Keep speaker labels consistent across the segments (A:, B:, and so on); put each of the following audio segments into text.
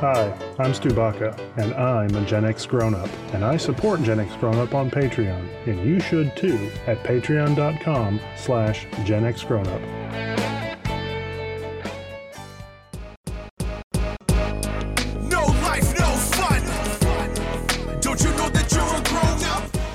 A: Hi, I'm Stu Baca, and I'm a Gen X grown up, and I support Gen X grown up on Patreon, and you should too at patreon.com slash Gen X grown up.
B: No life, no fun. Don't you know that you're a grown up?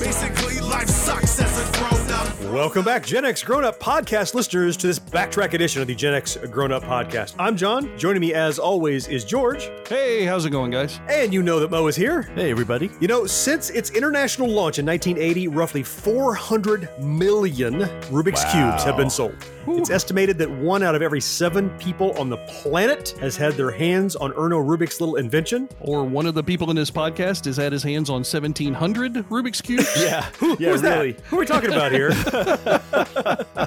B: Basically, life sucks as a grown up.
C: Welcome back, Gen X Grown Up podcast listeners, to this backtrack edition of the Gen X Grown Up podcast. I'm John. Joining me, as always, is George.
D: Hey, how's it going, guys?
C: And you know that Mo is here.
D: Hey, everybody.
C: You know, since its international launch in 1980, roughly 400 million Rubik's Cubes have been sold. It's estimated that one out of every seven people on the planet has had their hands on Erno Rubik's little invention.
D: Or one of the people in this podcast has had his hands on 1,700 Rubik's Cubes. yeah.
C: Who,
E: Yeah,
C: who's that?
E: really.
C: Who are we talking about here?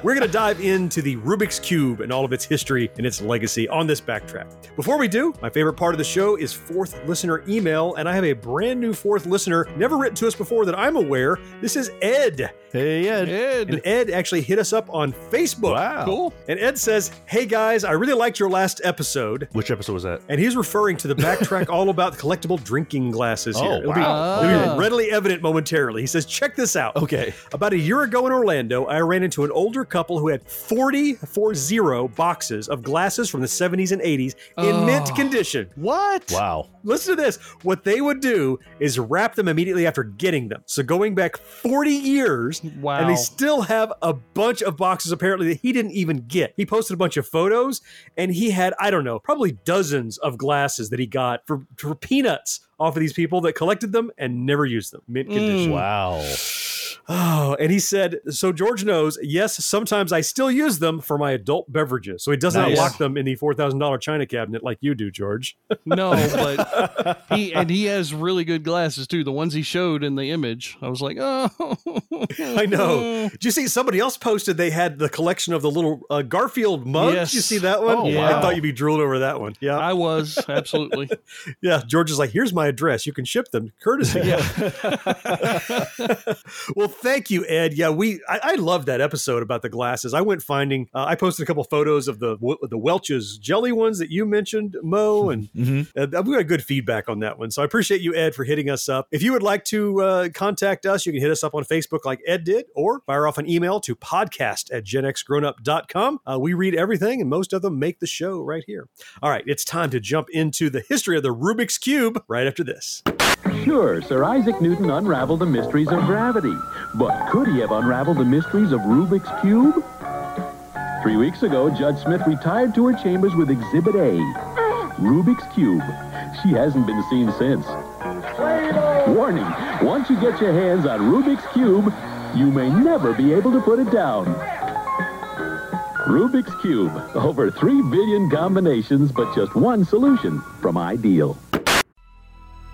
C: We're going to dive into the Rubik's Cube and all of its history and its legacy on this backtrack. Before we do, my favorite part of the show is fourth listener email, and I have a brand new fourth listener, never written to us before that I'm aware. This is Ed.
E: Hey, Ed.
D: Ed.
C: And Ed actually hit us up on Facebook.
E: Wow.
D: Cool.
C: And Ed says, Hey guys, I really liked your last episode.
E: Which episode was that?
C: And he's referring to the backtrack all about collectible drinking glasses here.
E: Oh,
C: It'll be-
E: wow.
C: it'll be
D: Ah.
C: readily evident momentarily. He says, Check this out.
E: Okay.
C: About a year ago in Orlando, I ran into an older couple who had 40 40 boxes of glasses from the 70s and 80s in
D: Oh.
C: mint condition. What?
E: Wow.
C: Listen to this. What they would do is wrap them immediately after getting them. So going back 40 years,
D: Wow.
C: and they still have a bunch of boxes apparently that he didn't even get. He posted a bunch of photos and he had, I don't know, probably dozens of glasses that he got for, for peanuts off of these people that collected them and never used them. Mint condition.
E: Wow.
C: Oh, and he said, so George knows, yes, sometimes I still use them for my adult beverages. So he doesn't
E: Nice.
C: lock them in the $4,000 China cabinet like you do, George.
D: no, but he and he has really good glasses too. The ones he showed in the image, I was like, oh,
C: I know. Did you see somebody else posted they had the collection of the little uh, Garfield mugs?
D: Yes.
C: You see that one?
E: Oh,
C: I
D: wow.
C: thought you'd be drooling over that one. Yeah.
D: I was absolutely.
C: yeah. George is like, here's my address. You can ship them courtesy. well, thank you, Ed. Yeah, we I, I love that episode about the glasses. I went finding. Uh, I posted a couple photos of the the Welch's jelly ones that you mentioned, Mo, and uh, we got good feedback on that one. So I appreciate you, Ed, for hitting us up. If you would like to uh, contact us, you can hit us up on Facebook like Ed did, or fire off an email to podcast at genxgrownup.com. Uh, we read everything, and most of them make the show right here. All right, it's time to jump into the history of the Rubik's Cube right after this.
F: Sure, Sir Isaac Newton unraveled the mysteries of gravity, but could he have unraveled the mysteries of Rubik's Cube? Three weeks ago, Judge Smith retired to her chambers with Exhibit A, Rubik's Cube. She hasn't been seen since. Warning, once you get your hands on Rubik's Cube, you may never be able to put it down. Rubik's Cube, over 3 billion combinations, but just one solution from Ideal.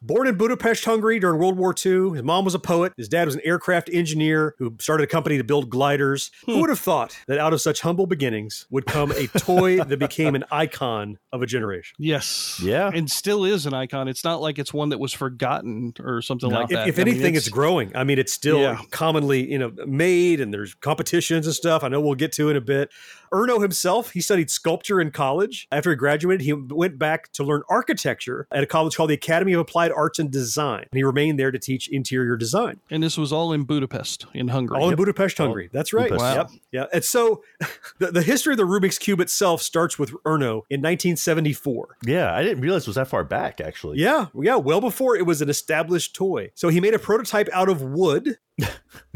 C: born in Budapest, Hungary during World War II. His mom was a poet. His dad was an aircraft engineer who started a company to build gliders. Who would have thought that out of such humble beginnings would come a toy that became an icon of a generation?
D: Yes.
E: Yeah.
D: And still is an icon. It's not like it's one that was forgotten or something like
C: If,
D: that.
C: if
D: I mean,
C: anything, it's, growing. I mean, it's still
D: Yeah.
C: commonly you know made, and there's competitions and stuff. I know we'll get to in a bit. Erno himself, he studied sculpture in college. After he graduated, he went back to learn architecture at a college called the Academy of Applied Arts and Design, and he remained there to teach interior design.
D: and this was all in Budapest, in Hungary.
C: All in Budapest, Hungary. That's right.
D: Budapest.
C: Yep.
D: Wow.
C: Yeah. And so the, the history of the Rubik's Cube itself starts with Erno in 1974.
E: Yeah, I didn't realize it was that far back, actually.
C: Yeah. Yeah. Well before it was an established toy. So he made a prototype out of wood.
E: Which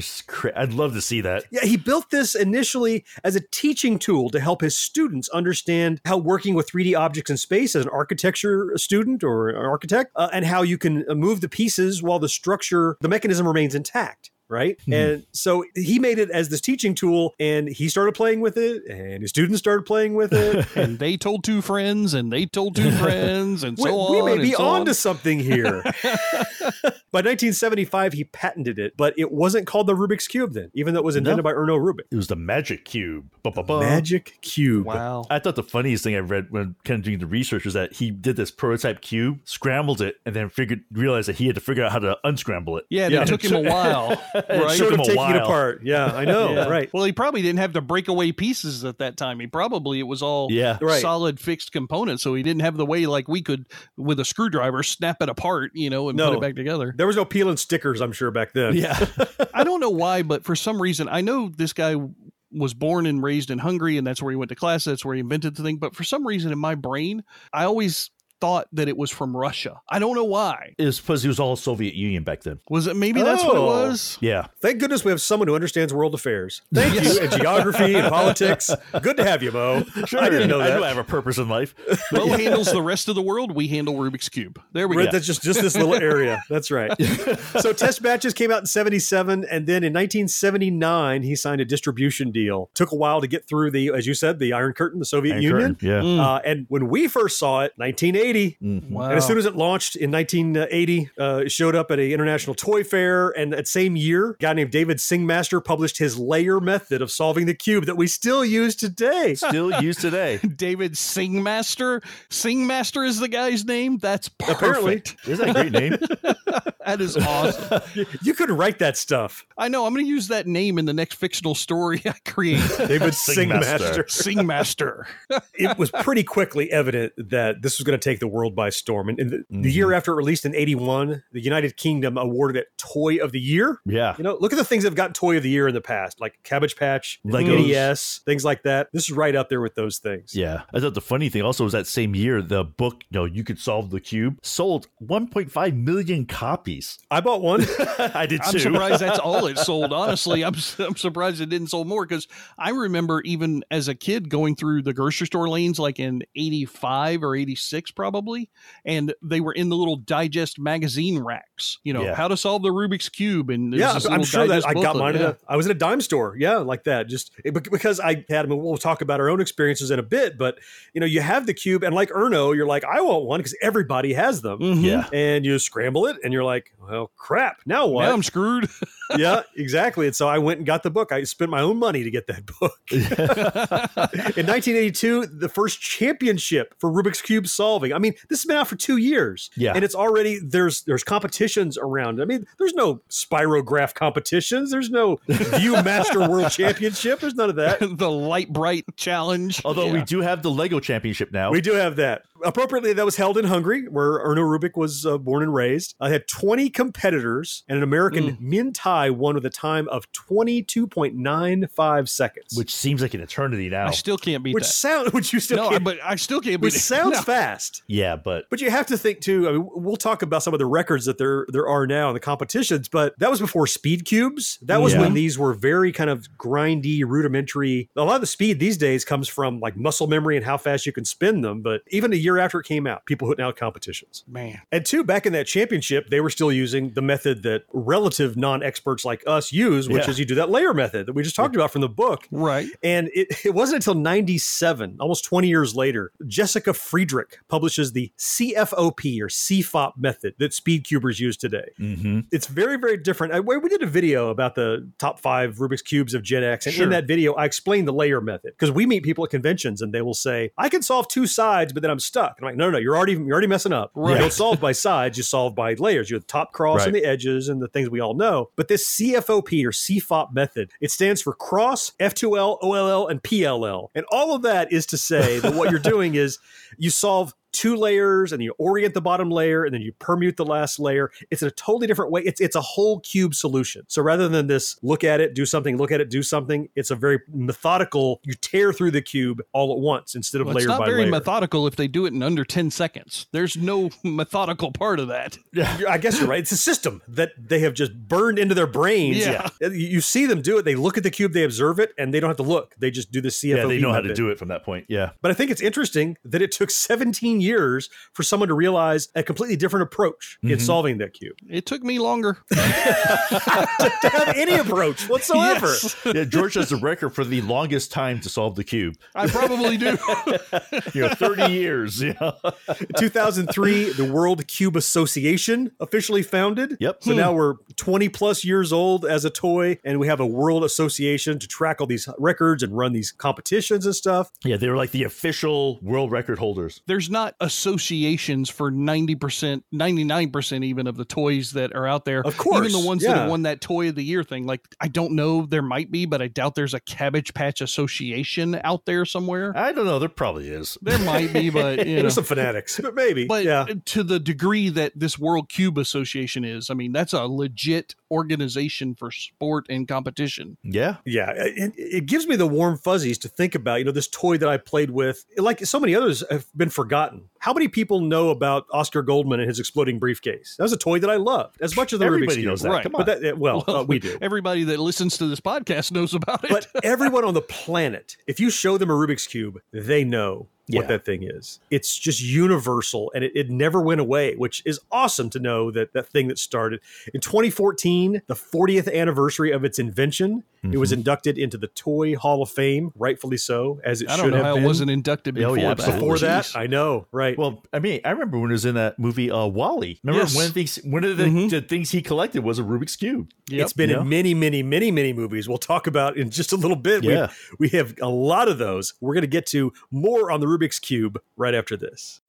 E: is cra- I'd love to see that.
C: Yeah, he built this initially as a teaching tool to help his students understand how working with 3D objects in space as an architecture student or an architect, uh, and how you can uh, move the pieces while the structure, the mechanism remains intact. Right.
E: Hmm.
C: And so he made it as this teaching tool and he started playing with it and his students started playing with it.
D: and they told two friends, and they told two friends, and so
C: we,
D: on.
C: we may
D: and
C: be
D: so
C: on to something here. by 1975, he patented it, but it wasn't called the Rubik's Cube then, even though it was invented by Erno Rubik.
E: It was the Magic Cube. Ba-ba-ba.
C: Magic Cube.
D: Wow.
E: I thought the funniest thing I read when kind of doing the research was that he did this prototype cube, scrambled it, and then figured realized that he had to figure out how to unscramble it.
D: Yeah,
C: Yeah.
D: it took him a while, right?
E: Took
C: Sort
E: him
C: of
E: a
C: taking it
E: while.
C: apart. Yeah, I know.
D: Yeah.
C: Right.
D: Well, he probably didn't have the breakaway pieces at that time. He probably it was all
E: Yeah.
C: Right.
D: solid fixed components, so he didn't have the way like we could with a screwdriver snap it apart, you know, and put
C: No.
D: it back together.
C: There was no peeling stickers, I'm sure, back then.
D: Yeah. I don't know why, but for some reason, I know this guy was born and raised in Hungary, and that's where he went to class. That's where he invented the thing. But for some reason, in my brain, I always thought that it was from Russia. I don't know why.
E: It was because it was all Soviet Union back then.
D: Was it maybe that's what it
C: Oh.
D: was?
E: Yeah.
C: Thank goodness we have someone who understands world affairs. Thank you, and geography and politics. Good to have you, Mo. I didn't know
E: I
C: that.
E: I have a purpose in life.
D: Mo handles the rest of the world. We handle Rubik's Cube. There we
C: Right,
D: go.
C: That's just, just this little area. That's right. so test batches came out in 77. And then in 1979, he signed a distribution deal. Took a while to get through the, as you said, the Iron Curtain, the Soviet
E: Iron
C: Union.
E: Curtain, yeah.
C: Uh, and when we first saw it, 1980,
E: Mm-hmm.
D: Wow.
C: And as soon as it launched in 1980, uh, it showed up at a international toy fair. And that same year, a guy named David Singmaster published his layer method of solving the cube that we still use today.
E: Still used today.
D: David Singmaster. Singmaster is the guy's name. That's perfect.
C: Apparently.
E: Isn't that a great name?
D: That is awesome.
C: You could write that stuff,
D: I know. I'm going to use that name in the next fictional story I create.
C: David
E: Singmaster.
C: Singmaster.
D: Singmaster.
C: it was pretty quickly evident that this was going to take the world by storm. And, and the,
E: Mm-hmm.
C: the year after it released in 81, the United Kingdom awarded it Toy of the Year.
E: Yeah.
C: You know, look at the things that have gotten Toy of the Year in the past, like Cabbage Patch,
E: Legos.
C: NES, things like that. This is right up there with those things.
E: Yeah. I thought the funny thing also was that same year, the book, you know, You Could Solve the Cube, sold 1.5 million copies.
C: I bought one.
E: I did
D: I'm
E: too.
D: surprised that's all it sold. Honestly, I'm, I'm surprised it didn't sell more because I remember even as a kid going through the grocery store lanes like in 85 or 86 probably, and they were in the little digest magazine racks, you know,
E: Yeah.
D: how to solve the Rubik's Cube. And there's
C: Yeah,
D: this
C: I'm
D: little
C: sure that
D: digest
C: I got
D: booklet,
C: mine.
D: yeah.
C: At a, I was in a dime store. Yeah, like that. Just it- bec- because I had them. and We'll talk about our own experiences in a bit. But you know, you have the cube, and like Erno, you're like, I want one because everybody has them.
E: Yeah.
C: And you scramble it, and you're like, well, crap. Now what?
D: Mm-hmm. Now I'm screwed.
C: yeah, exactly. And so I went and got the book. I spent my own money to get that book. in 1982, the first championship for Rubik's Cube solving. I mean, this has been out for two years.
E: Yeah.
C: And it's already there's there's competitions around. I mean, there's no spirograph competitions. There's no View Master World Championship. There's none of that.
D: the light bright challenge.
E: Although we
D: Yeah.
E: do have the Lego Championship now.
C: We do have that. Appropriately, that was held in Hungary, where Erno Rubik was uh, born and raised. I had 20 competitors, and an
E: Mm.
C: American Min Tai won with a time of 22.95 seconds,
E: which seems like an eternity now.
D: I still can't beat
C: which
D: that.
C: sound which you still
D: No,
C: can't,
D: but I still can't beat
C: which
D: it.
C: sounds
D: No.
C: fast.
E: yeah, but
C: But you have to think too. I mean, we'll talk about some of the records that there there are now in the competitions, but that was before speed cubes. That was
E: Yeah.
C: when these were very kind of grindy, rudimentary. A lot of the speed these days comes from like muscle memory and how fast you can spin them. But even a year after it came out, people putting out competitions.
D: Man,
C: And two, back in that championship, they were still using the method that relative non-experts like us use, which
E: Yeah.
C: is you do that layer method that we just talked about from the book.
D: right?
C: And it, it wasn't until 97, almost 20 years later, Jessica Friedrich publishes the CFOP or CFOP method that speed cubers use today.
E: Mhm.
C: It's very, very different. I, we did a video about the top five Rubik's Cubes of Gen X. And
E: Sure.
C: in that video, I explained the layer method because we meet people at conventions and they will say, I can solve two sides, but then I'm stuck. And I'm like, no, no, no, you're already, you're already messing up.
D: Right.
C: You don't solve by sides, you solve by layers. You have the top cross and
E: Right.
C: the edges and the things we all know. But this CFOP or CFOP method, it stands for cross, F2L, OLL, and PLL. And all of that is to say that what you're doing is you solve two layers and you orient the bottom layer and then you permute the last layer. It's in a totally different way. It's it's a whole cube solution. So rather than this look at it, do something, look at it, do something, it's a very methodical, you tear through the cube all at once instead of
D: Well,
C: layer
D: it's not
C: by
D: very
C: layer.
D: methodical if they do it in under 10 seconds. There's no methodical part of that.
C: You're- I guess you're right. It's a system that they have just burned into their brains.
D: Yeah.
C: You- You see them do it. They look at the cube, they observe it, and they don't have to look. They just do the CFO.
E: Yeah, they know how to do it from that point. Yeah.
C: But I think it's interesting that it took 17 years for someone to realize a completely different approach
E: Mm-hmm.
C: in solving that cube.
D: It took me longer.
C: to have any approach whatsoever.
D: Yes.
E: Yeah, George has the record for the longest time to solve the cube.
D: I probably do.
E: You know, 30 years. You know?
C: 2003, the World Cube Association officially founded.
E: Yep. Hmm.
C: So now we're 20 plus years old as a toy, and we have a world association to track all these records and run these competitions and stuff.
E: Yeah, they were like the official world record holders.
D: There's not associations for 90%, 99% even of the toys that are out there.
C: Of course,
D: Even the ones that
C: yeah.
D: have won that toy of the year thing. Like, I don't know. There might be, but I doubt there's a Cabbage Patch Association out there somewhere.
E: I don't know. There probably is.
D: There might be, but you know.
C: There's some fanatics, but maybe.
D: But
C: yeah.
D: to the degree that this World Cube Association is, I mean, that's a legit organization for sport and competition.
E: Yeah.
C: Yeah, it, it gives me the warm fuzzies to think about. You know, this toy that I played with, like so many others, have been forgotten. How many people know about Oscar Goldman and his exploding briefcase? That was a toy that I loved as much as the Rubik's
E: Everybody
C: Cube.
E: knows that.
D: Right.
E: Come on.
C: But that, well, uh, we do.
D: Everybody that listens to this podcast knows about it.
C: But everyone on the planet, if you show them a Rubik's Cube, they know
E: Yeah.
C: what that thing is. It's just universal and it, it never went away, which is awesome to know that that thing that started in 2014, the 40th anniversary of its invention, it
D: Mm-hmm.
C: was inducted into the Toy Hall of Fame, rightfully so, as it
D: I
C: should
D: don't know
C: have
D: how
C: been.
D: it wasn't inducted
E: Oh,
D: before
E: yeah,
D: that.
E: absolutely.
C: before that.
D: Jeez.
C: I know, right?
E: Well, I mean, I remember when it was in that movie uh, Wally. Remember
D: Yes.
E: one of the things one of the,
C: Mm-hmm.
D: Mhm.
E: the things he collected was a Rubik's cube.
D: Yep.
C: It's been
E: Yeah.
C: in many, many, many, many movies. We'll talk about in just a little bit. We-
E: Yeah.
C: we have a lot of those. We're going to get to more on the Rubik's Cube right after this.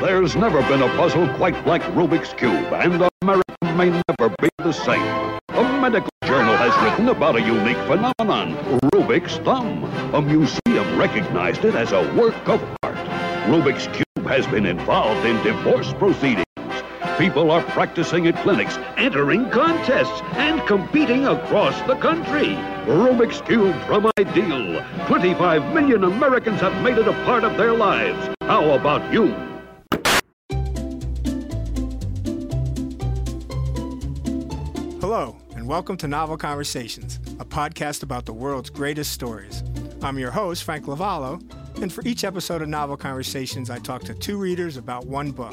G: There's never been a puzzle quite like Rubik's Cube, and America may never be the same. A medical journal has written about a unique phenomenon, Rubik's Thumb. A museum recognized it as a work of art. Rubik's Cube has been involved in divorce proceedings. People are practicing at clinics, entering contests, and competing across the country. Rubik's Cube from Ideal. 25 million Americans have made it a part of their lives. How about you?
H: Hello, and welcome to Novel Conversations, a podcast about the world's greatest stories. I'm your host, Frank Lavallo, and for each episode of Novel Conversations, I talk to two readers about one book,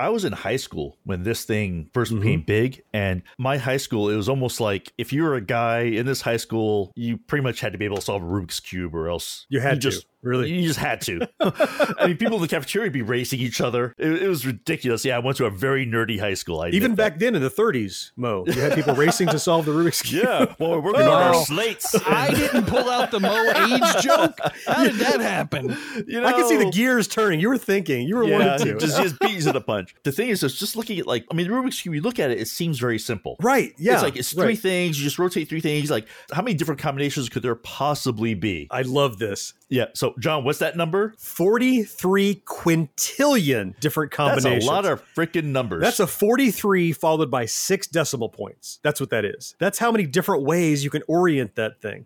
E: I was in high school when this thing 1st
C: Mm-hmm.
E: became big, and my high school it was almost like if you were a guy in this high school, you pretty much had to be able to solve a Rubik's cube, or else
C: You had to,
E: just
C: really.
E: you just had to. I mean, people in the cafeteria would be racing each other. It, it was ridiculous. Yeah, I went to a very nerdy high school. I
C: Even back then in the 30s, Mo, you had people racing to solve the Rubik's Cube. Oh.
E: yeah, well, we're working on
D: Wow.
E: our slates.
D: I didn't pull out the Mo age joke. How did that happen?
E: You
C: I could see the
E: know?
C: gears turning. You were thinking. You were
E: Yeah,
C: wanting to.
E: just just beats it a punch. The thing is, it's just looking at like I mean, the Rubik's cube. You look at it, it seems very simple.
C: right. Yeah.
E: it's like it's three
C: right.
E: things. You just rotate three things. Like how many different combinations could there possibly be?
C: I love this.
E: Yeah. So John, what's that number?
C: 43 quintillion different
E: That's
C: combinations.
E: a lot of freaking numbers.
C: That's a 43 followed by six decimal points. That's what that is. That's how many different ways you can orient that thing.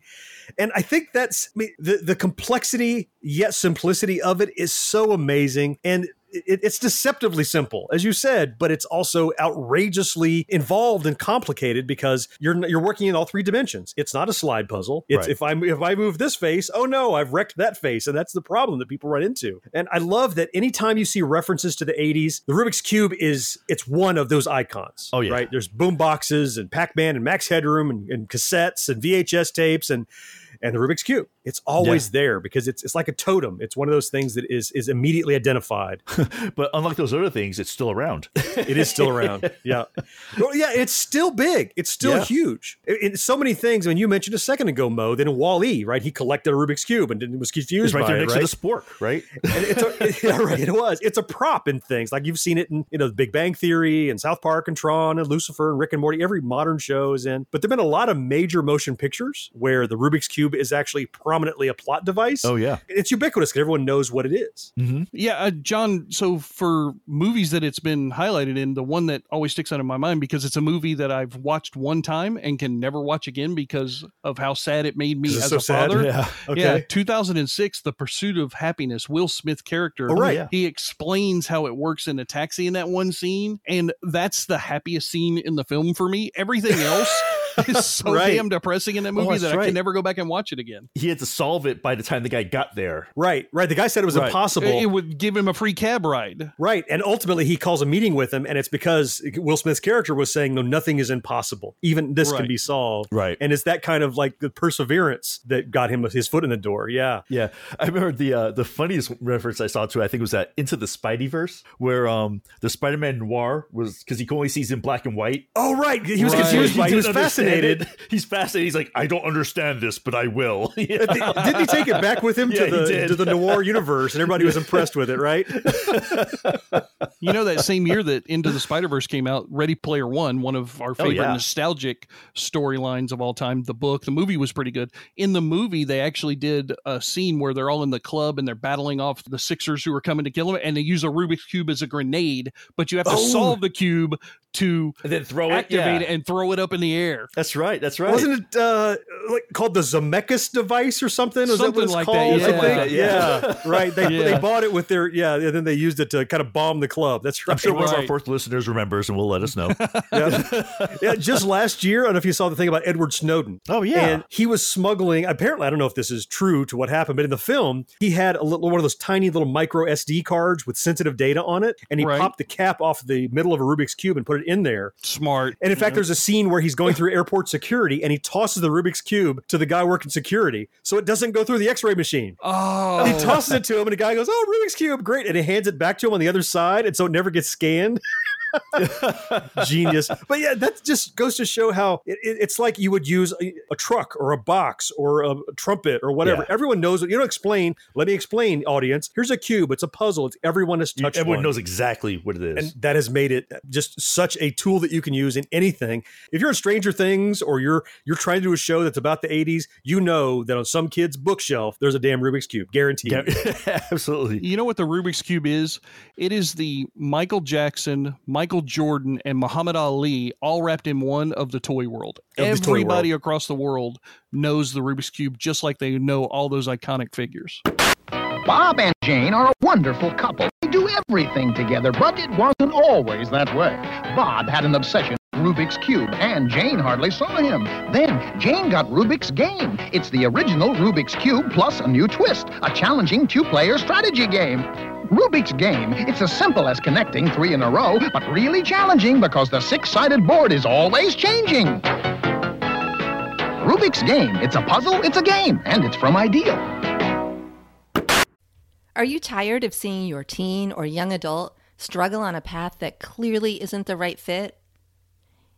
C: And I think that's I mean, the, the complexity yet simplicity of it is so amazing. And it, it's deceptively simple, as you said, but it's also outrageously involved and complicated because you're n- you're working in all three dimensions. It's not a slide puzzle. It's
E: Right.
C: if I if I move this face, oh no, I've wrecked that face, and that's the problem that people run into. And I love that anytime you see references to the '80s, the Rubik's cube is it's one of those icons.
E: Oh, yeah.
C: right. There's boom boxes and Pac Man and Max Headroom and, and cassettes and VHS tapes and and the Rubik's cube. It's always there because it's it's like a totem. It's one of those things that is is immediately identified.
E: But unlike those other things, it's still around.
C: It is still around. Yeah. Well, yeah, it's still big. It's still
E: Yeah.
C: huge. I- in so many things. I mean, you mentioned a second ago, Mo, that in Wall-E, right? He collected a Rubik's Cube and didn't, was confused
E: It's right
C: by
E: there
C: it,
E: next
C: right?
E: to the spork, right?
C: and it's a, yeah, right, it was. It's a prop in things like you've seen it in you know the Big Bang Theory and South Park and Tron and Lucifer and Rick and Morty. Every modern show is in, but there've been a lot of major motion pictures where the Rubik's cube is actually prominently a plot device.
E: Oh, yeah.
C: It's ubiquitous because everyone knows what it is.
D: Yeah, uh, John. So for movies that it's been highlighted in, the one that always sticks out in my mind because it's a movie that I've watched one time and can never watch again because of how sad it made me
C: Is it
D: as
C: so
D: a
C: sad?
D: father.
E: Yeah.
D: Yeah,
C: Okay.
D: 2006, The Pursuit of Happiness, Will Smith character.
C: Oh, right.
E: Yeah.
D: He explains how it works in a taxi in that one scene. And that's the happiest scene in the film for me. Everything else is so
C: Right. Oh,
D: damn depressing in that movie
E: that's
D: that I
E: right.
D: can never go back and watch it again.
E: He had to solve it by the time the guy got there.
C: Right, right. The guy said it was
E: Right.
C: impossible.
D: It, it would give him a free cab ride.
C: Right. And ultimately, he calls a meeting with him, and it's because Will Smith's character was saying, No, nothing is impossible. Even this can
D: Right.
C: be solved.
E: Right.
C: And it's that kind of like the perseverance that got him his foot in the door. Yeah.
E: Yeah, I remember the uh, the funniest reference I saw to. I think was that Into the Spideyverse, where um the Spider Man Noir was because he only sees in black and white.
C: Oh, right. He was
D: Right.
C: confused by
E: He
C: He was
E: didn't understand
C: fascinated.
E: it. He's fascinated. He's like, I don't understand this, but I will. Yeah.
C: Didn't he take it back with him
E: Yeah,
C: to
E: he
C: the
E: did.
C: to the noir universe, and everybody was impressed with it, right?
D: You know, that same year that Into the Spider Verse came out, Ready Player One, one of our favorite
E: Oh, yeah.
D: nostalgic storylines of all time, the book, the movie was pretty good. In the movie, they actually did a scene where they're all in the club and they're battling off the Sixers who are coming to kill them, and they use a Rubik's Cube as a grenade, but you have to
E: Oh.
D: solve the cube to
E: And then throw it.
D: activate it
E: yeah.
D: and throw it up in the air.
E: That's right. That's right.
C: Wasn't it uh, like called the Zemeckis device or something? Was that
D: Something
C: what it's
D: like that,
C: called?
D: yeah.
C: I think?
E: Something like that,
C: yeah.
E: yeah.
C: Right. They,
D: Yeah.
C: they bought it with their yeah, and then they used it to kind of bomb the club. That's right.
E: I'm sure one of our
D: Right.
E: fourth listeners remembers and will let us know.
C: yeah. yeah, just last year, I don't know if you saw the thing about Edward Snowden.
E: Oh, yeah.
C: and he was smuggling. Apparently, I don't know if this is true to what happened, but in the film, he had a little one of those tiny little micro SD cards with sensitive data on it, and he
D: Right.
C: popped the cap off the middle of a Rubik's cube and put it in there.
D: Smart.
C: And in fact, there's a scene where he's going through airport security, and he tosses the Rubik's cube to the guy working security, so it doesn't go through the X-ray machine.
D: Oh,
C: He tosses it to him, and the guy goes, "Oh, Rubik's cube, great!" And he hands it back to him on the other side, and so it never gets scanned. Genius, but yeah, that just goes to show how it, it- it's like you would use a, a truck or a box or a trumpet or whatever.
E: Yeah.
C: Everyone knows what you don't explain. Let me explain, audience. Here's a cube. It's a puzzle. It's everyone has touched.
E: Everyone
C: one.
E: knows exactly what it is.
C: And that has made it just such a tool that you can use in anything. If you're in Stranger Things or you're you're trying to do a show that's about the 80s, you know that on some kid's bookshelf there's a damn Rubik's cube, guaranteed.
E: Yeah, absolutely.
D: You know what the Rubik's Cube is? It is the Michael Jackson, Michael Jordan, and Muhammad Ali all wrapped in one of the toy world.
C: Of the toy
D: Everybody across the world knows the Rubik's Cube just like they know all those iconic figures.
I: Bob and Jane are a wonderful couple. They do everything together, but it wasn't always that way. Bob had an obsession with Rubik's Cube, and Jane hardly saw him. Then Jane got Rubik's Game. It's the original Rubik's Cube plus a new twist, a challenging two-player strategy game. Rubik's Game, it's as simple as connecting three in a row, but really challenging because the six-sided board is always changing. Rubik's Game, it's a puzzle, it's a game, and it's from Ideal.
J: Are you tired of seeing your teen or young adult struggle on a path that clearly isn't the right fit?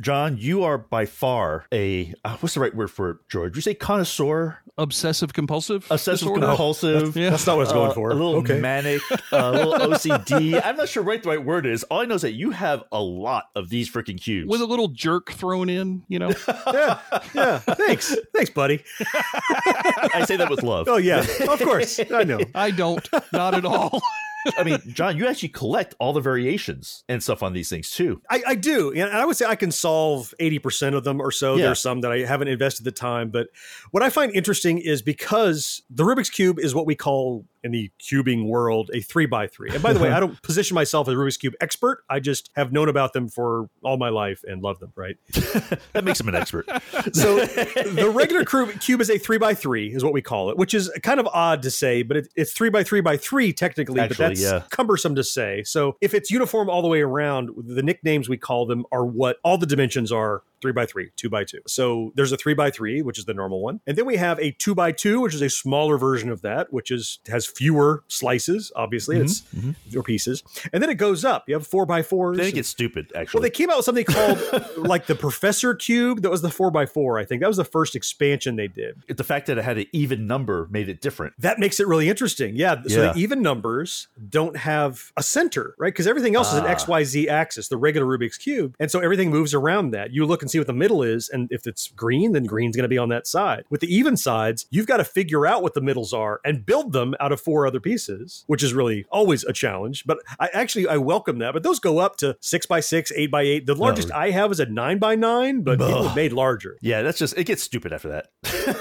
E: John, you are by far a uh, what's the right word for it, George? You say connoisseur,
D: Obsessive compulsive.
E: obsessive
D: disorder?
E: compulsive.
D: Yeah.
C: That's not what I was going
E: uh,
C: for.
E: A little
C: okay.
E: manic, uh, a little OCD. I'm not sure right the right word is. All I know is that you have a lot of these freaking cubes.
D: With a little jerk thrown in, you know?
C: yeah, yeah. Thanks. Thanks, buddy.
E: I say that with love.
C: Oh yeah. Of course. I know.
D: I don't. Not at all.
E: I mean, John, you actually collect all the variations and stuff on these things too.
C: I, I do. And I would say I can solve 80% of them or so.
E: Yeah.
C: There's some that I haven't invested the time. But what I find interesting is because the Rubik's Cube is what we call in the cubing world a three by three. And by the way, I don't position myself as a Rubik's Cube expert. I just have known about them for all my life and love them, right?
E: That makes him an expert.
C: So the regular cru- cube is a three by three, is what we call it, which is kind of odd to say, but it, it's three by three by three technically,
E: Actually,
C: but that's
E: yeah.
C: cumbersome to say. So if it's uniform all the way around, the nicknames we call them are what all the dimensions are three by three, two by two. So there's a three by three, which is the normal one. And then we have a two by two, which is a smaller version of that, which is has fewer slices, obviously.
E: Mm-hmm,
C: It's or pieces. And then it goes up. You have four by fours.
E: Then it
C: and-
E: gets stupid, actually.
C: well, they came out with something called like the Professor Cube. That was the four by four, I think. That was the first expansion they did.
E: the fact that it had an even number made it different.
C: That makes it really interesting. Yeah. So
E: Yeah.
C: the even numbers don't have a center, right? Because everything else is an XYZ axis, the regular Rubik's Cube. And so everything moves around that. You look and see what the middle is. And if it's green, then green's going to be on that side. With the even sides, you've got to figure out what the middles are and build them out of four other pieces, which is really always a challenge. But I actually, I welcome that. But those go up to six by six, eight by eight. The largest I have is a nine by nine, but it was made larger.
E: Yeah, that's just it gets stupid after that.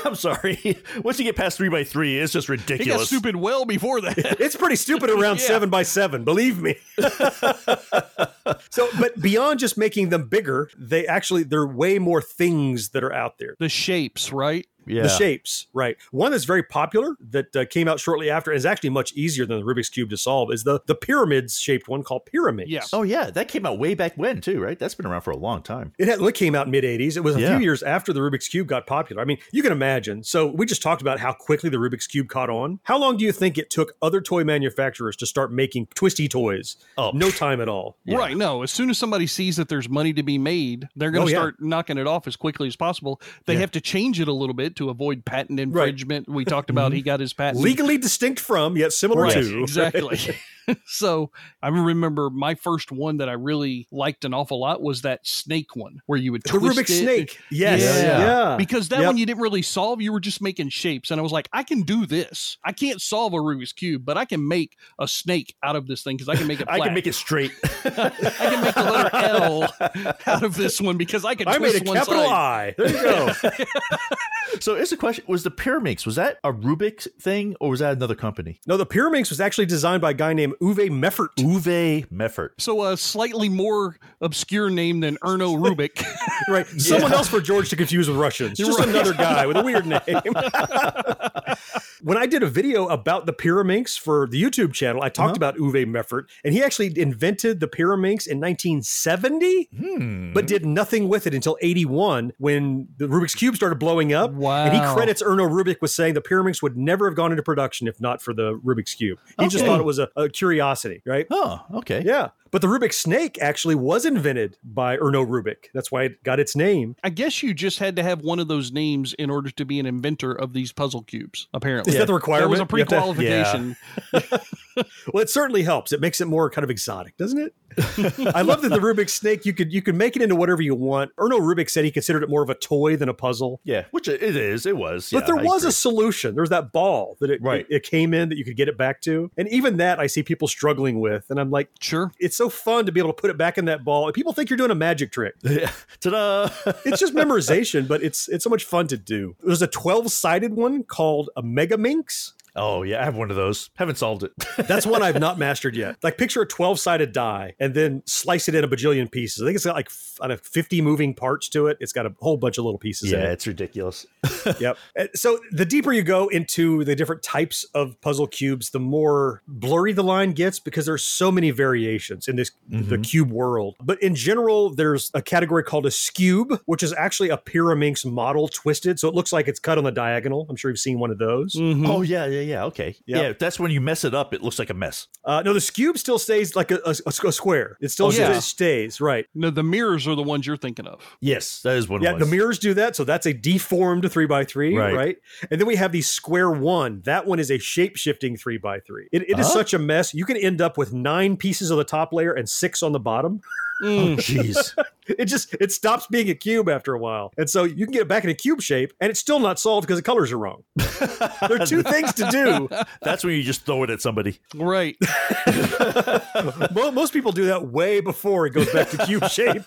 E: I'm sorry. Once you get past three by three, it's just
D: It got
E: ridiculous.
D: stupid well before that.
C: It's pretty stupid around
D: Yeah.
C: seven by seven, believe me. so, but beyond just making them bigger, they actually there are way more things that are out there.
D: the shapes, right?
E: Yeah.
C: The shapes, right? One that's very popular that uh, came out shortly after and is actually much easier than the Rubik's cube to solve is the the pyramids shaped one called pyramids.
D: Yeah.
E: Oh yeah, that came out way back when too, right? That's been around for a long time.
C: It, had, it came out mid 80s. It was a
E: Yeah.
C: few years after the Rubik's Cube got popular. I mean, you can imagine. So, we just talked about how quickly the Rubik's Cube caught on. How long do you think it took other toy manufacturers to start making twisty toys?
E: Oh.
C: No time at all.
D: Right. No, as soon as somebody sees that there's money to be made, they're going
C: Oh,
D: to
C: yeah.
D: start knocking it off as quickly as possible. They have to change it a little bit to avoid patent infringement. We talked about he got his patent
C: Mm-hmm. legally distinct from yet similar
D: Right,
C: to
D: exactly. so I remember my first one that I really liked an awful lot was that snake one where you would
C: the
D: twist
C: Rubik's
D: it.
C: snake. Yes,
E: Yeah.
C: yeah.
D: Because that
C: Yep.
D: one you didn't really solve, you were just making shapes. And I was like, I can do this. I can't solve a Rubik's Cube, but I can make a snake out of this thing because I can make it flat.
E: I can make it straight.
D: I can make the letter L out of this one because I can
C: I made
D: twist
C: a
D: one
C: capital
D: side.
C: I. There you go.
E: so it's a question: Was the pyramids was that a Rubik thing or was that another company?
C: no, the Pyraminx was actually designed by a guy named Uwe Meffert.
E: Uwe Meffert.
D: So a slightly more obscure name than Erno Rubik.
C: Right. Someone else for George to confuse with Russians. Just another guy with a weird name. when I did a video about the Pyraminx for the YouTube channel, I talked about Uwe Meffert, and he actually invented the Pyraminx in 1970, but did nothing with it until 81 when the Rubik's Cube started blowing up. And he
D: Wow.
C: credits Erno Rubik with saying the Pyraminx would never have gone into production if not for the Rubik's Cube. He just
E: Okay.
C: thought it was a, a curiosity, right?
E: Oh, okay.
C: Yeah. But the Rubik's snake actually was invented by Erno Rubik. That's why it got its name.
D: I guess you just had to have one of those names in order to be an inventor of these puzzle cubes, apparently.
C: Is that the
D: There was a
C: requirement? You have
D: pre-qualification.
C: to- Well, it certainly helps. It makes it more kind of exotic, doesn't it? I love that the Rubik's snake you could you could make it into whatever you want. Erno Rubik said he considered it more of a toy than a puzzle.
E: Yeah, which it is. It was.
C: But
E: yeah,
C: there
E: I
C: was
E: agree.
C: a solution. There was that ball that it,
E: Right.
C: it it came in that you could get it back to, and even that I see people struggling with, and I'm like,
D: Sure.
C: it's so fun to be able to put it back in that ball. And people think you're doing a magic trick.
E: Yeah. Ta-da!
C: it's just memorization, but it's it's so much fun to do. There's a 12 sided one called a Mega Minx.
E: oh yeah, I have one of those. Haven't solved it.
C: That's one I've not mastered yet. Like picture a 12 sided die and then slice it in a bajillion pieces. I think it's got like f- I don't know, 50 moving parts to it. It's got a whole bunch of little pieces in
E: yeah,
C: it.
E: it's ridiculous.
C: Yep. And Uh, So the deeper you go into the different types of puzzle cubes, the more blurry the line gets because there's so many variations in this the
D: Mm-hmm.
C: cube world. But in general, there's a category called a scube, which is actually a Pyraminx model twisted, so it looks like it's cut on the diagonal. I'm sure you've seen one of those.
D: Mm-hmm.
E: Oh yeah, yeah, yeah. Okay.
C: Yeah.
E: Yeah, that's when you mess it up. It looks like a mess.
C: Uh, no, the scube still stays like a, a- a square. It still
D: Oh, yeah.
C: stays- stays right.
D: No, the mirrors are the ones you're thinking of.
E: Yes, that is one.
C: Yeah,
E: of
C: the
E: mine.
C: mirrors do that. So that's a deformed three by three,
E: Right.
C: right? And then we have the square one. That one is a shape shifting three by three. It, it is
E: Huh?
C: such a mess. You can end up with nine pieces of the top layer and six on the bottom.
E: Jeez.
C: It just it stops being a cube after a while, and so you can get it back in a cube shape, and it's still not solved because the colors are wrong. there are two things to do.
E: That's when you just throw it at somebody.
D: Right.
C: Mo- Most people do that way before it goes back to cube shape.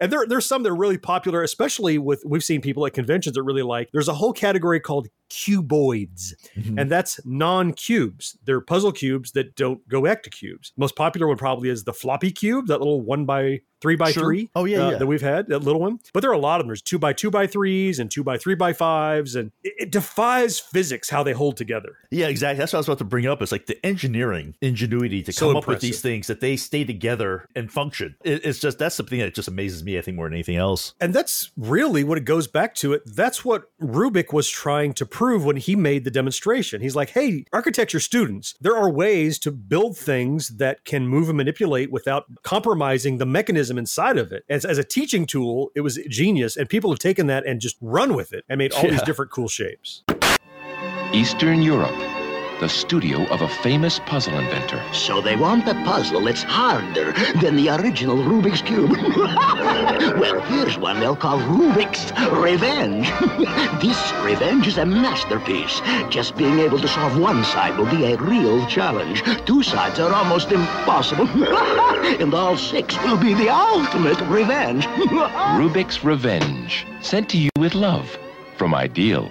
C: And there, there's some that are really popular, especially with we've seen people at conventions that really like. There's a whole category called cuboids,
E: Mm-hmm.
C: and that's non-cubes. They're puzzle cubes that don't go ectocubes. Most popular one probably is the floppy cube, that little one by three by
E: Sure.
C: three.
E: Oh, yeah,
C: uh,
E: yeah.
C: that we've had that little one. But there are a lot of them. There's two by two by threes and two by three by fives, and it, it defies physics how they hold together.
E: Yeah, exactly. That's what I was about to bring up. It's like the engineering ingenuity to
C: So
E: come up with
C: impressive.
E: these things that they stay together and function. It, it's just that's something that just amazes me. I think more than anything else.
C: And that's really what it goes back to. It that's what Rubik was trying to prove when he made the demonstration. He's like, "Hey, architecture students, there are ways to build things that can move and manipulate without compromising the mechanism inside of it." As, as a teaching tool, it was genius, and people have taken that and just run with it and made all these
E: Yeah.
C: different cool shapes.
K: Eastern Europe, the studio of a famous puzzle inventor.
L: So they want the puzzle that's harder than the original Rubik's Cube. well, here's one they'll call Rubik's Revenge. this revenge is a masterpiece. Just being able to solve one side will be a real challenge. Two sides are almost impossible. and all six will be the ultimate revenge.
K: Rubik's Revenge, sent to you with love from Ideal.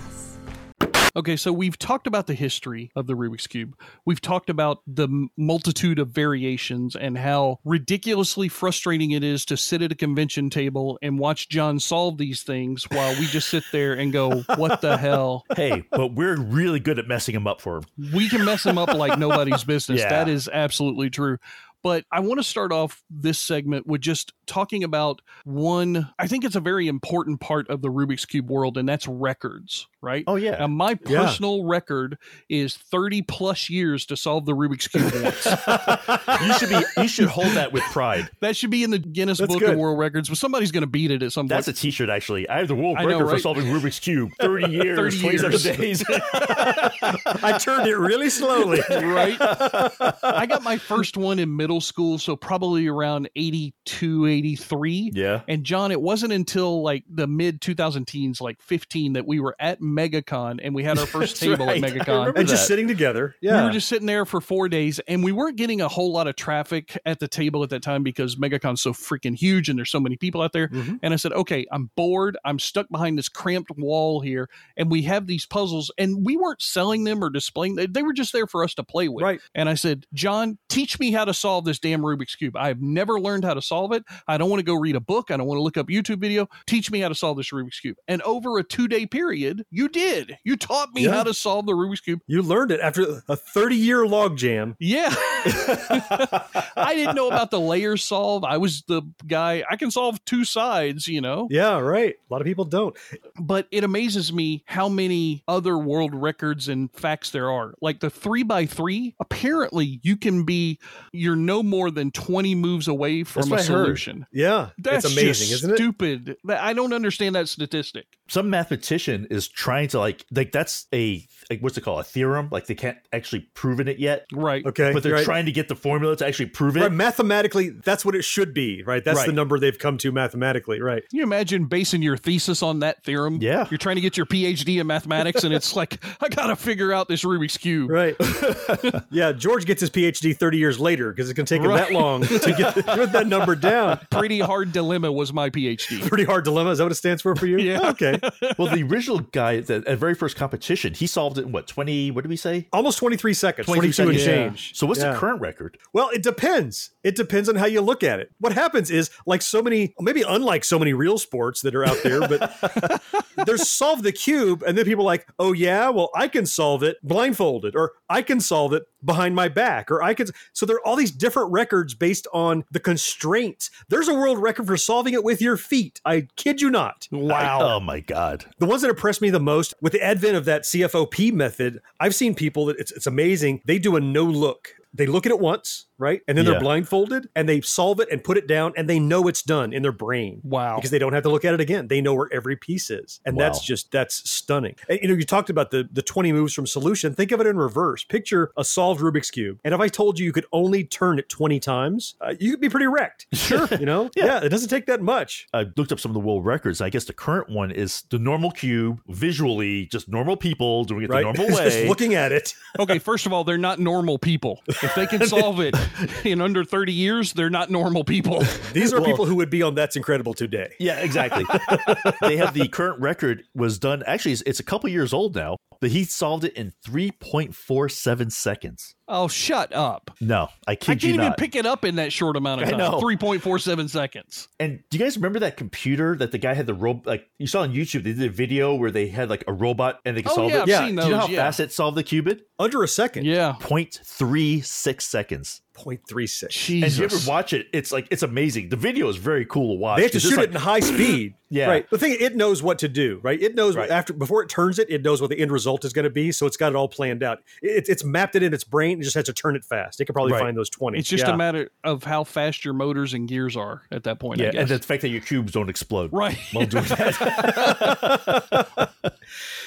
D: Okay, so we've talked about the history of the Rubik's Cube. We've talked about the m- multitude of variations and how ridiculously frustrating it is to sit at a convention table and watch John solve these things while we just sit there and go, what the hell?
E: hey, but we're really good at messing them up for 'em.
D: we can mess them up like nobody's business.
E: Yeah.
D: That is absolutely true. But I want to start off this segment with just talking about one, I think it's a very important part of the Rubik's Cube world, and that's records, right?
E: Oh, yeah.
D: Now, my
E: Yeah.
D: personal record is 30 plus years to solve the Rubik's Cube once.
E: You should be. You should hold that with pride.
D: that should be in the Guinness
E: That's
D: Book
E: good.
D: of World Records, but somebody's going to beat it at some
E: That's a
D: point.
E: T-shirt. Actually, I have the world
D: I
E: record
D: know,
E: for
D: right?
E: solving Rubik's cube. Thirty years,
D: 30
E: twenty-seven days.
D: years.
C: I turned it really slowly.
D: right? I got my first one in middle school, so probably around 82, 83.
E: Yeah.
D: And John, it wasn't until like the mid 2000 teens, like 15, that we were at MegaCon and we had our first
C: That's
D: table
C: right. I
D: at MegaCon.
C: remember And just that. sitting together.
D: We
C: Yeah.
D: were just sitting there for four days and we weren't getting a whole lot of traffic at the table at that time because MegaCon's so freaking huge and there's so many people out there.
C: Mm-hmm.
D: And I said, okay, I'm bored. I'm stuck behind this cramped wall here. And we have these puzzles and we weren't selling them or displaying them. They were just there for us to play with. Right. And I said, John, teach me how to solve this damn Rubik's Cube. I have never learned how to solve it. I don't want to go read a book. I don't want to look up YouTube video. Teach me how to solve this Rubik's Cube. And over a two day period, you did. You taught me
C: Yeah.
D: how to solve the Rubik's Cube.
C: You learned it after a 30 year log jam.
D: Yeah. I didn't know about the layer solve. I was the guy, I can solve two sides, you know?
C: Yeah, right. A lot of people don't.
D: But it amazes me how many other world records and facts there are. Like the three by three, apparently you can be, you're no more than 20 moves away from
E: what
D: a
E: I heard.
D: solution.
C: Yeah.
D: That's
C: it's amazing,
D: just
C: isn't it?
D: stupid. That- I don't understand that statistic.
E: some mathematician is trying to like like that's a like what's it called a theorem like they can't actually proven it yet
D: Right.
C: Okay,
E: but they're
C: right.
E: trying to get the formula to actually prove it
C: Right, mathematically, that's what it should be, right? That's the
E: Right.
C: number they've come to mathematically, right?
D: Can you imagine basing your thesis on that theorem?
E: Yeah.
D: You're trying to get your PhD in mathematics, and it's like, I got to figure out this Rubik's Cube.
C: Right. yeah, George gets his PhD 30 years later because it can take him
D: Right.
C: that long to get, get that number down.
D: Pretty hard dilemma was my PhD.
C: Pretty hard dilemma. Is that what it stands for for you?
D: Yeah.
C: Okay.
E: well the original guy at the at very first competition, he solved it in what twenty? What did we say?
C: Almost twenty three seconds. Twenty two and change.
E: So what's
C: Yeah.
E: the current record?
C: Well, it depends. It depends on how you look at it. What happens is, like so many, maybe unlike so many real sports that are out there, but they're solve the cube, and then people are like, oh yeah, well I can solve it blindfolded, or I can solve it behind my back, or I can. So there are all these different records based on the constraints. There's a world record for solving it with your feet. I kid you not.
E: Wow. oh my god.
C: The ones that impressed me the most with the advent of that CFOP method, I've seen people that it's, it's amazing. They do a no look. They look at it once, right? And then
E: Yeah.
C: they're blindfolded and they solve it and put it down and they know it's done in their brain. Wow. Because they don't have to look at it again. They know where every piece is. And that's
E: Wow.
C: just, that's stunning. And, you know, you talked about the, the 20 moves from solution. Think of it in reverse. Picture a solved Rubik's Cube. And if I told you you could only turn it 20 times, uh, you could be pretty wrecked. Sure. you know? Yeah. It doesn't take that much.
E: I looked up some of the world records. I guess the current one is the normal cube, visually, just normal people doing it
C: Right.
E: the normal
C: Just
E: way.
C: looking at it.
D: Okay, first of all, they're not normal people. If they can solve it in under 30 years, they're not normal people.
C: These are
E: Well-
C: people who would be on That's Incredible today.
E: Yeah, exactly. they have the current record was done. Actually, it's, it's a couple years old now. But he solved it in three point four seven seconds.
D: Oh, shut up.
E: No, I
D: I
E: kid
D: can't
E: you
D: even
E: not.
D: pick it up in that short amount of
E: I
D: time.
E: know.
D: 3.47 seconds.
E: And do you guys remember that computer that the guy had the robot? Like you saw on YouTube, they did a video where they had like a robot and they could
D: Oh,
E: solve
D: yeah,
E: it.
D: I've Yeah. seen
E: do you know
D: those,
E: how
D: yeah.
E: fast it solved the qubit?
C: Under a second.
D: Yeah.
E: 0.36 seconds.
C: 0.36.
E: And you ever
D: Jesus.
E: watch it? It's like it's amazing. The video is very cool to watch.
C: They have to
E: 'cause it's
C: shoot
E: like-
C: it in high speed.
E: Yeah.
C: Right. The thing it knows what to do, right? It knows
E: Right.
C: after before it turns it, it knows what the end result is going to be, so it's got it all planned out. It, it's mapped it in its brain, it just has to turn it fast. It could probably
E: Right.
C: find those 20.
D: It's just
C: Yeah.
D: a matter of how fast your motors and gears are at that point, I
E: Yeah, and
D: guess.
E: the fact that your cubes don't explode.
D: Right.
E: While doing that.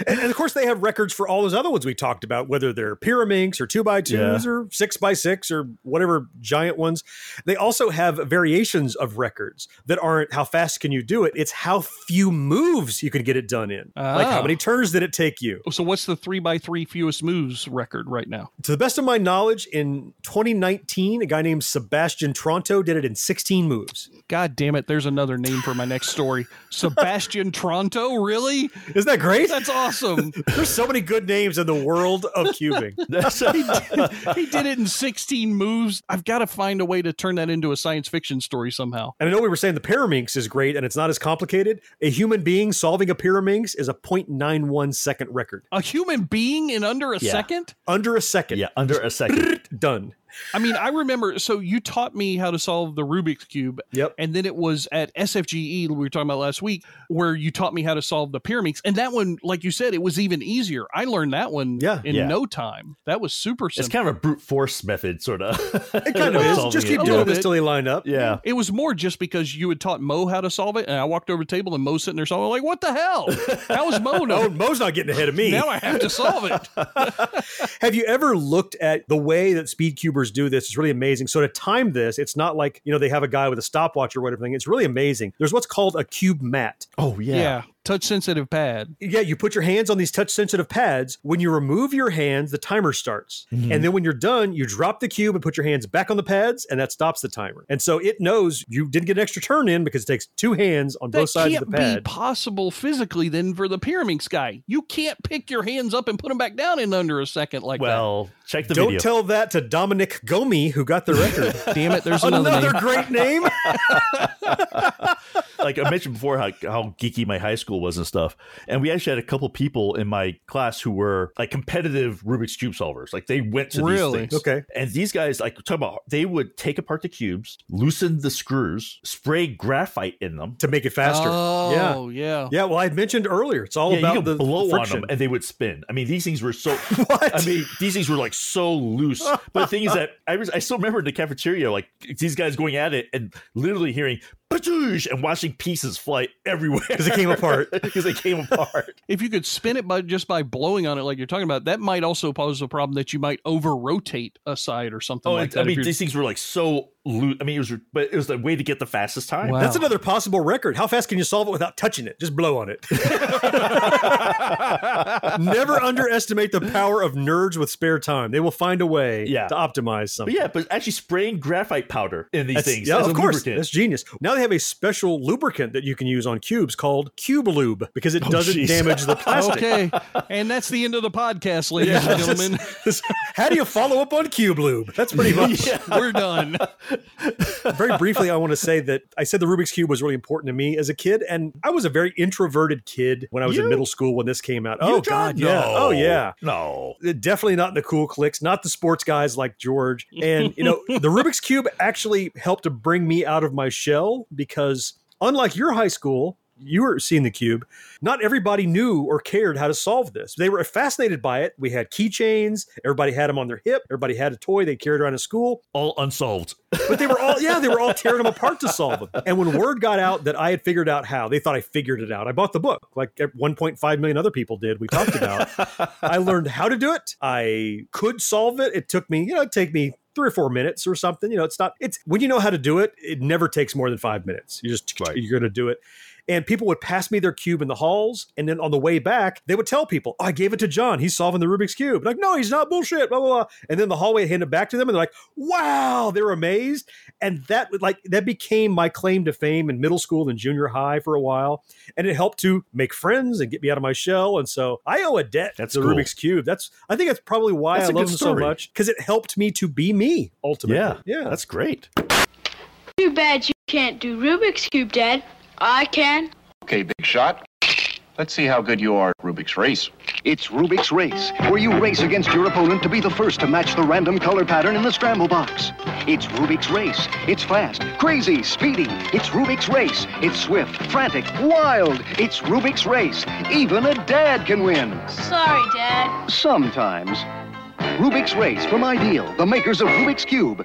C: and, and of course they have records for all those other ones we talked about, whether they're pyraminx or two by twos
E: Yeah.
C: or six by six or whatever giant ones. They also have variations of records that aren't how fast can you do it. It's how few moves you can get it done in. Like
D: Ah.
C: how many turns did it take you?
D: so what's the 3 by 3 fewest moves record right now?
C: To the best of my knowledge, in 2019, a guy named Sebastian Tronto did it in 16 moves.
D: God damn it, there's another name for my next story. Sebastian Tronto, really?
C: Isn't that great?
D: That's awesome.
C: There's so many good names in the world of cubing.
D: he did it in 16 moves. I've got to find a way to turn that into a science fiction story somehow.
C: And I know we were saying the pyraminx is great and it's not as complicated. A human being solving a pyraminx is a 0.91 second record.
D: A human being in under a
E: Yeah.
D: second?
C: Under a second.
E: yeah, under a second.
C: Done.
D: I mean, I remember. So you taught me how to solve the Rubik's cube.
C: Yep.
D: And then it was at SFGE E we were talking about last week where you taught me how to solve the pyramids. And that one, like you said, it was even easier. I learned that one
C: Yeah.
D: in
E: Yeah.
D: no time. That was super simple.
E: It's kind of a brute force method, sort of.
C: It kind of is. Just keep
D: A
C: doing
D: little
C: this
D: bit.
C: till he lined up.
E: Yeah.
D: it was more just because you had taught Mo how to solve it, and I walked over to the table and Mo's sitting there solving. it. Like, what the hell? How is Mo?
C: Oh,
D: know?
C: Mo's not getting ahead of me.
D: now I have to solve it.
C: Have you ever looked at the way that speed cubers do this? It's really amazing. So to time this, it's not like, you know, they have a guy with a stopwatch or whatever thing. It's really amazing. There's what's called a cube mat.
E: Oh yeah.
D: touch sensitive pad.
C: Yeah, you put your hands on these touch sensitive pads. When you remove your hands, the timer starts.
E: Mm-hmm.
C: And then when you're done, you drop the cube and put your hands back on the pads, and that stops the timer. And so it knows you didn't get an extra turn in because it takes two hands on both
D: That
C: sides of
D: can't
C: the
D: be
C: pad.
D: possible physically then for the pyramids guy. You can't pick your hands up and put them back down in under a second like
E: Well, check the
C: Don't
E: video.
C: tell that to Dominic Gomi, who got the record.
D: that. Damn it, there's another,
C: Another
D: name.
C: great name.
E: like I mentioned before, how, how geeky my high school was and stuff. And we actually had a couple people in my class who were like competitive Rubik's cube solvers. Like they went to
D: Really?
E: these things.
C: Okay.
E: And these guys, like talk about, they would take apart the cubes, loosen the screws, spray graphite in them.
C: to make it faster.
D: Oh, yeah.
C: Yeah, well, I had mentioned earlier, it's all
E: yeah,
C: about
E: you
C: the
E: could blow
C: friction.
E: on them and they would spin. I mean, these things were so.
C: What?
E: I mean, these things were like so loose. But the thing is that I, was, I still remember in the cafeteria, like these guys going at it and literally hearing "Patoosh!" and watching pieces fly everywhere because
C: it came apart.
E: because they came apart.
D: If you could spin it by just by blowing on it like you're talking about, that might also pose a problem that you might over rotate a side or something
E: Oh,
D: like
E: and-
D: that.
E: I
D: if
E: mean,
D: you're-
E: these things were like so lo- I mean, it was, but it was the way to get the fastest time.
C: That's another possible record. How fast can you solve it without touching it? Just blow on it. Never underestimate the power of nerds with spare time. They will find a way
E: Yeah.
C: to optimize something.
E: But yeah, but actually spraying graphite powder in these
C: That's-
E: things.
C: Yeah,
E: as a
C: of course.
E: lubricant.
C: That's genius. Now they have a special lubricant that you can use on cubes called Cube Lube because it
E: Oh,
C: doesn't
E: jeez.
C: damage the plastic.
D: Okay, and that's the end of the podcast, ladies and
C: Yeah.
D: gentlemen.
C: How do you follow up on Cube Lube? That's pretty much.
D: Yeah, We're done.
C: Very briefly, I want to say that I said the Rubik's Cube was really important to me as a kid, and I was a very introverted kid when I was in
E: You?
C: middle school when this came out.
E: You,
C: Oh,
E: John?
C: God, yeah.
E: No.
C: Oh, yeah.
E: No.
C: definitely not the cool cliques, not the sports guys like George. And you know, the Rubik's cube actually helped to bring me out of my shell because unlike your high school, you were seeing the cube. Not everybody knew or cared how to solve this. They were fascinated by it. We had keychains. Everybody had them on their hip. Everybody had a toy they carried around to school
E: All unsolved.
C: but they were all yeah they were all tearing them apart to solve them and when word got out that i had figured out how they thought i figured it out i bought the book like 1.5 million other people did we talked about i learned how to do it i could solve it it took me you know it'd take me three or four minutes or something you know it's not it's when you know how to do it it never takes more than five minutes you just you're gonna do it and people would pass me their cube in the halls and then on the way back they would tell people oh, i gave it to john he's solving the rubik's cube like no he's not bullshit blah blah blah and then the hallway handed back to them and they're like wow they were amazed and that would, like that became my claim to fame in middle school and junior high for a while and it helped to make friends and get me out of my shell and so i owe a debt
E: That's
C: to
E: cool.
C: rubik's cube that's i think that's probably why
E: That's
C: i
E: a good
C: love them so
E: story.
C: much because it helped me to be me ultimately
E: Yeah.
C: yeah
E: That's great.
M: Too bad you can't do Rubik's Cube, Dad. I can.
K: Okay, big shot. Let's see how good you are at Rubik's Race.
L: It's Rubik's Race, where you race against your opponent to be the first to match the random color pattern in the scramble box. It's Rubik's Race. It's fast, crazy, speedy. It's Rubik's Race. It's swift, frantic, wild. It's Rubik's Race. Even a dad can win.
M: Sorry, Dad.
L: Sometimes. Rubik's Race from Ideal, the makers of Rubik's Cube.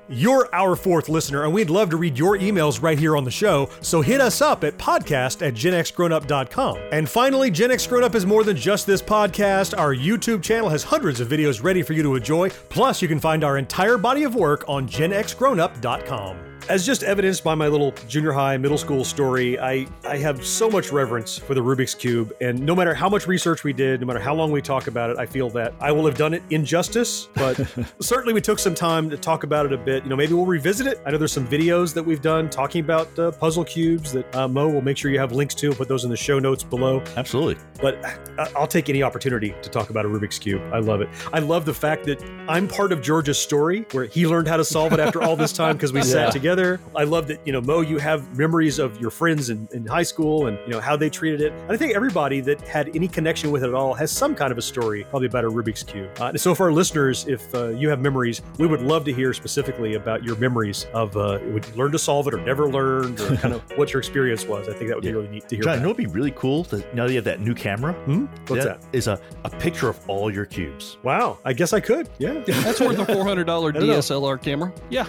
C: You're our fourth listener, and we'd love to read your emails right here on the show, so hit us up at podcast at genxgrownup.com. And finally, Gen X Grown Up is more than just this podcast. Our YouTube channel has hundreds of videos ready for you to enjoy, plus you can find our entire body of work on genxgrownup.com. As just evidenced by my little junior high, middle school story, I, I have so much reverence for the Rubik's Cube. And no matter how much research we did, no matter how long we talk about it, I feel that I will have done it injustice. But certainly we took some time to talk about it a bit. You know, maybe we'll revisit it. I know there's some videos that we've done talking about uh, puzzle cubes that uh, Mo will make sure you have links to and put those in the show notes below.
E: Absolutely.
C: But I- I'll take any opportunity to talk about a Rubik's Cube. I love it. I love the fact that I'm part of George's story where he learned how to solve it after all this time because we
E: Yeah.
C: sat together together. I love that, you know, Mo, you have memories of your friends in, in high school and, you know, how they treated it. And I think everybody that had any connection with it at all has some kind of a story, probably about a Rubik's Cube. Uh, and so, for our listeners, if uh, you have memories, we would love to hear specifically about your memories of uh, would you learn to solve it or never learned or kind of what your experience was. I think that would be really neat to hear.
E: John, you
C: back.
E: know what'd be really cool to, now that you have that new camera?
C: Hmm? What's
E: that? Is a, a picture of all your cubes.
C: Wow. I guess I could. Yeah.
D: That's worth a four hundred dollar
E: I don't know.
D: DSLR camera. Yeah.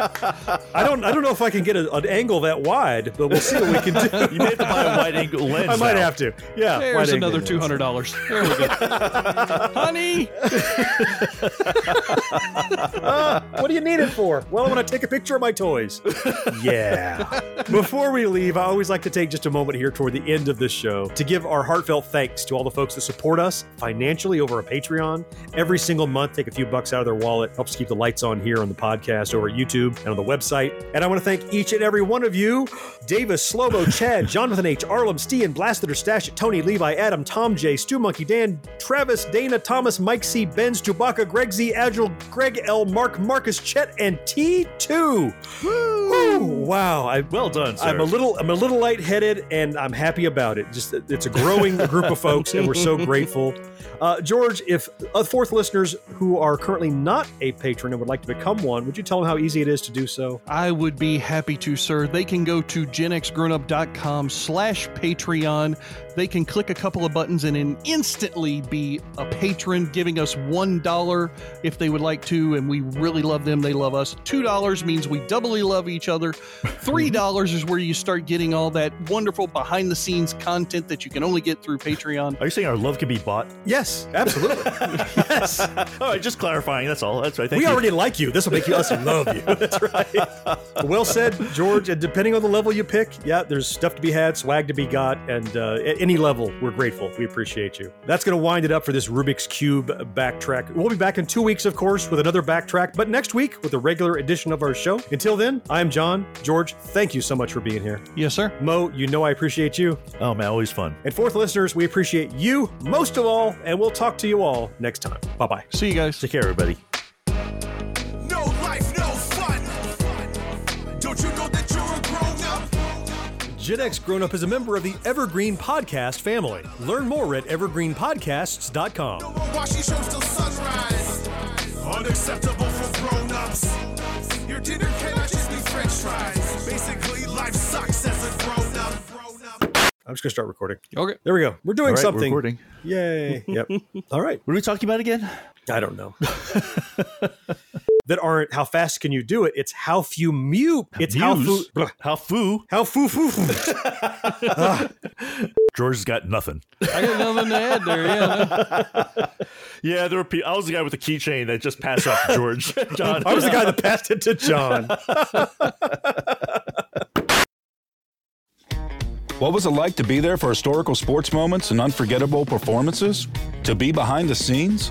C: I don't. I don't know if I can get a, an angle that wide, but we'll see what we can do.
E: You may have to buy a wide angle lens
C: I might
E: now.
C: have to. Yeah.
D: There's another two hundred dollars. There we go. Honey,
C: Ah, what do you need it for? Well, I want to take a picture of my toys. Yeah. Before we leave, I always like to take just a moment here toward the end of this show to give our heartfelt thanks to all the folks that support us financially over a Patreon. Every single month, take a few bucks out of their wallet, helps keep the lights on here on the podcast, over at YouTube, and on the website. And I want to thank each and every one of you Davis, Slobo, Chad, Jonathan H., Arlem, Steen, Blasteter, Stash, Tony, Levi, Adam, Tom J., Stu Monkey, Dan, Travis, Dana, Thomas, Mike C., Benz, Chewbacca, Greg Z., Agile, Greg L., Mark, Marcus, Chet, and T2. Woo! Wow. I,
E: well done, sir.
C: I'm a little I'm a little lightheaded and I'm happy about it. Just it's a growing group of folks and we're so grateful. Uh, George, if uh, fourth listeners who are currently not a patron and would like to become one, would you tell them how easy it is to do so?
D: I would be happy to, sir. They can go to genxgrownup.com slash Patreon. They can click a couple of buttons and then instantly be a patron, giving us $1 if they would like to. And we really love them. They love us. $2 means we doubly love each other. $3 is where you start getting all that wonderful behind the scenes content that you can only get through Patreon.
E: Are you saying our love can be bought?
C: Yes, absolutely. yes. All
E: right, just clarifying. That's all. That's right. Thank
C: we
E: you.
C: already like you. This will make you us love you. That's right. Well said, George. And depending on the level you pick, yeah, there's stuff to be had, swag to be got, and uh, at any level, we're grateful. We appreciate you. That's going to wind it up for this Rubik's Cube backtrack. We'll be back in two weeks, of course, with another backtrack, but next week with a regular edition of our show. Until then, I'm John. George, thank you so much for being here.
D: Yes, sir.
C: Mo, you know I appreciate you.
E: Oh man, always fun.
C: And fourth listeners, we appreciate you most of all, and we'll talk to you all next time. Bye bye.
D: See you guys.
E: Take care, everybody.
B: No life, no fun. Don't you know that you're a grown up?
C: Gen X Grown Up is a member of the Evergreen Podcast family. Learn more at evergreenpodcasts.com.
B: Watch these shows till sunrise. Unacceptable for grown ups. Your dinner cannot just be french fries. Basically, life sucks as a grown up.
C: I'm just going to start recording.
D: Okay.
C: There we go. We're doing
E: All right,
C: something.
E: Recording.
C: Yay. Yep. All right.
E: What are we talking about again?
C: I don't know. that aren't how fast can you do it? It's how few mu. It's how foo.
E: Muse? How foo?
C: How foo foo foo.
E: George's got nothing.
D: I got nothing to add there. Yeah.
E: Yeah, there were. Pe- I was the guy with the keychain that just passed off to George. John.
C: I was the guy that passed it to John.
N: What was it like to be there for historical sports moments and unforgettable performances? To be behind the scenes?